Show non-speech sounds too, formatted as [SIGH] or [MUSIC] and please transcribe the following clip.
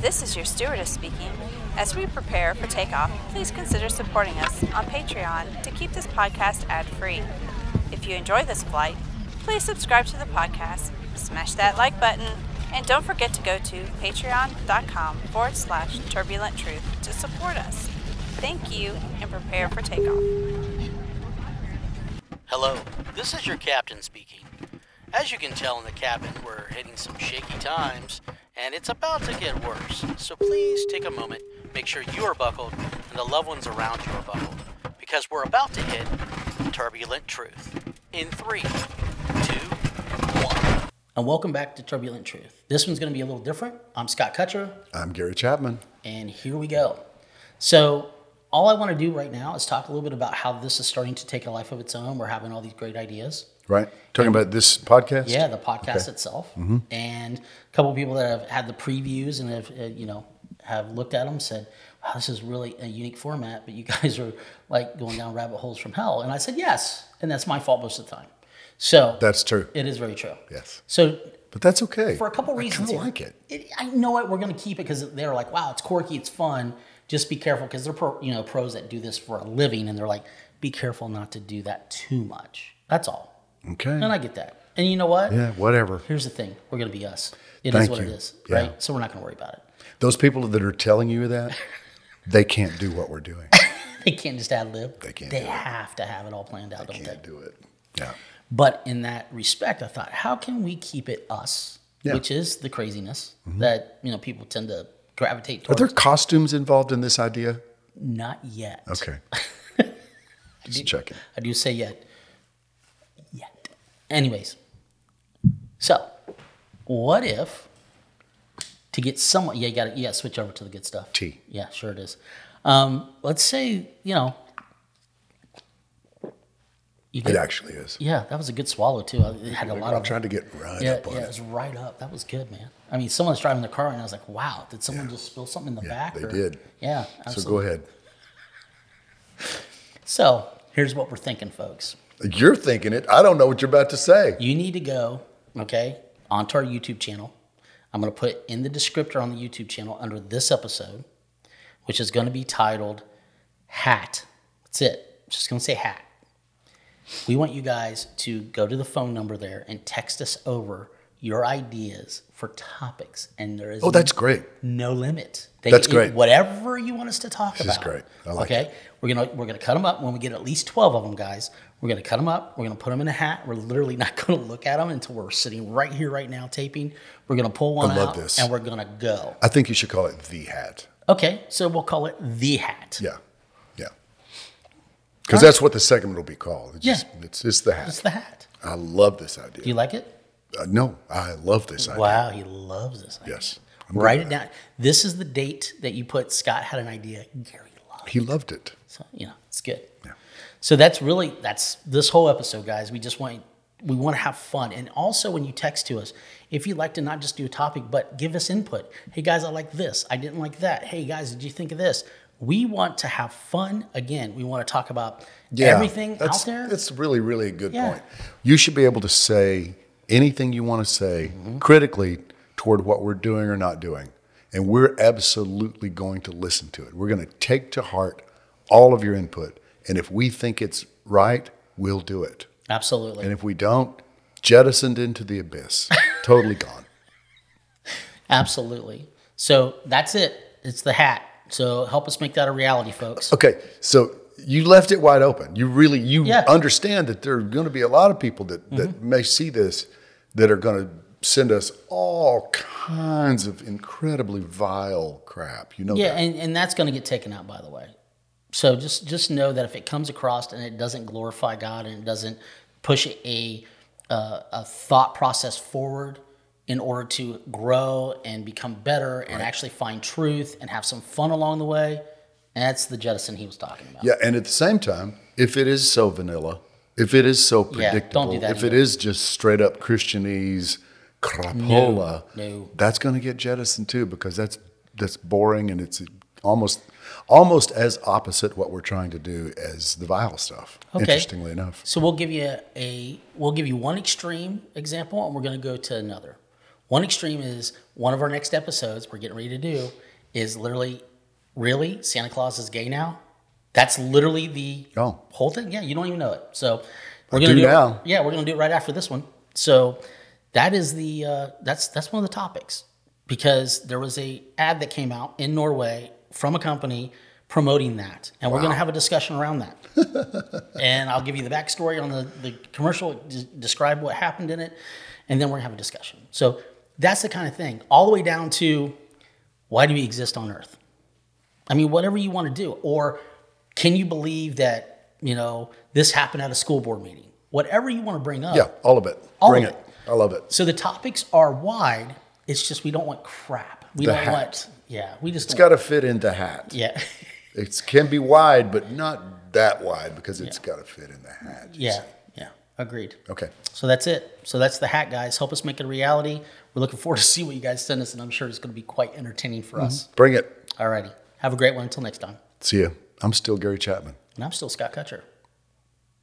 This is your stewardess speaking. As we prepare for takeoff, please consider supporting us on Patreon to keep this podcast ad free. If you enjoy this flight, please subscribe to the podcast, smash that like button, and don't forget to go to patreon.com forward slash turbulent truth to support us. Thank you and prepare for takeoff. Hello, this is your captain speaking. As you can tell in the cabin, we're hitting some shaky times, and it's about to get worse. So please take a moment, make sure you are buckled, and the loved ones around you are buckled, because we're about to hit turbulent truth. In three, two, one. And welcome back to Turbulent Truth. This one's going to be a little different. I'm Scott Kutcher, I'm Gary Chapman. and here we go. So, all I want to do right now is talk a little bit about how this is starting to take a life of its own. We're having all these great ideas. Right? Talking about this podcast? Yeah, the podcast itself, and a couple people that have had the previews and have uh, you know have looked at them said, "Wow, this is really a unique format." But you [LAUGHS] guys are like going down rabbit holes from hell, and I said yes, and that's my fault most of the time. So That's true. it is very true. Yes. So But that's okay. for a couple reasons, I here. kinda like it. I know it. We're going to keep it because they're like, "Wow, it's quirky, it's fun." Just be careful because they're pro, you know pros that do this for a living, and they're like, "Be careful not to do that too much." That's all, Okay. and I get that. And you know what? yeah, whatever. here's the thing we're going to be us It is Thank what you. it is Yeah. right so we're not going to worry about it [LAUGHS] Those people that are telling you that, they can't do what we're doing. they can't just ad lib They can't they do it. have to have it all planned out don't they can't do it. Yeah. but in that respect i thought how can we keep it us Yeah. Mm-hmm. which is the craziness that you know people tend to gravitate Are towards there costumes involved in this idea? not yet [LAUGHS] Okay. Just checking. i do say yet yet anyways so what if to get someone yeah you gotta yeah switch over to the good stuff Tea. Yeah, sure it is. Um, let's say, you know, you It did, actually is. yeah, that was a good swallow too. I- It had a lot I'm of trying to get right yeah, up on yeah, it it. was right up. That was good, man. I mean, someone's driving the car right now. I was like, wow, did someone just spill something in the Yeah, back? they did. Yeah, So absolutely. So, go ahead. here's what we're thinking, folks. You're thinking it. I don't know what you're about to say. You need to go, okay, onto our YouTube channel. I'm going to put in the descriptor on the YouTube channel under this episode, which is going to be titled Hat. That's it. It's just going to say hat. We want you guys to go to the phone number there and text us over your ideas for topics. And there is Oh, that's great. no limit. They That's can- great. Whatever you want us to talk is about. great. I like okay, we're gonna we're gonna cut them up when we get at least twelve of them, guys. We're gonna cut them up. We're gonna put them in a hat. We're literally not [LAUGHS] gonna look at them until we're sitting right here, right now, taping. We're gonna pull one love out this. and we're gonna go. I think you should call it the hat. Okay, so we'll call it the hat. Yeah. Yeah. Because that's what the segment will be called. It's, Yeah. just, it's, it's the hat. It's the hat. I love this idea. Do you like it? Uh, no, I love this idea. Wow, he loves this. Idea. Yes. I'm good Write with it that. down. This is the date that you put. Scott had an idea. Gary loved. He loved it. So you know, it's good. So that's really that's this whole episode, guys. We just want we want to have fun, and also when you text to us, if you'd like to not just do a topic, but give us input. Hey guys, I like this. I didn't like that. Hey guys, did you think of this? We want to have fun again. We want to talk about everything that's, out there. That's really, really a good Yeah. point. You should be able to say anything you want to say Mm-hmm. critically toward what we're doing or not doing. And we're absolutely going to listen to it. We're going to take to heart all of your input. And if we think it's right, we'll do it. Absolutely. And if we don't, jettisoned into the abyss, totally gone. Absolutely. So that's it. It's the hat. So help us make that a reality, folks. Okay, so you left it wide open. You really you Yeah. understand that there are going to be a lot of people that that may see this that are going to send us all kinds of incredibly vile crap. You know Yeah, that. and, and that's going to get taken out, by the way. So just just know that if it comes across and it doesn't glorify God and it doesn't push a uh, a thought process forward in order to grow and become better and actually find truth and have some fun along the way, that's the jettison he was talking about. Yeah, and at the same time, if it is so vanilla, if it is so Yeah, don't do predictable, that if it either. is just straight up Christianese crapola, no. that's going to get jettisoned too because that's that's boring and it's almost almost as opposite what we're trying to do as the vile stuff. Okay. Interestingly enough, So we'll give you a we'll give you one extreme example and we're going to go to another. One extreme is one of our next episodes we're getting ready to do is literally, really, Santa Claus is gay now. That's literally the Oh. whole thing. Yeah, you don't even know it. So we're I gonna do do, it- now. Yeah, we're gonna do it right after this one. So that is the uh, that's that's one of the topics because there was a ad that came out in Norway from a company promoting that, and we're gonna have a discussion around that [LAUGHS] and I'll give you the backstory on the, the commercial, d- describe what happened in it, and then we're gonna have a discussion. So that's the kind of thing, all the way down to why do we exist on Earth? I mean, whatever you want to do, or can you believe that you know this happened at a school board meeting? Whatever you want to bring up. Yeah, all of it. All Bring of it. it. I love it. So the topics are wide. It's just we don't want crap. We The don't hat. want. Yeah, we just. It's don't got to fit in the hat. Yeah. [LAUGHS] It can be wide, but not that wide because it's got to fit in the hat. you yeah. see. Yeah. Agreed. Okay. So that's it. So that's the hat, guys. Help us make it a reality. We're looking forward to see what you guys send us, and I'm sure it's going to be quite entertaining for Mm-hmm. us. Bring it. Alrighty. Have a great one. Until next time. See ya. I'm still Gary Chapman. And I'm still Scott Kutcher.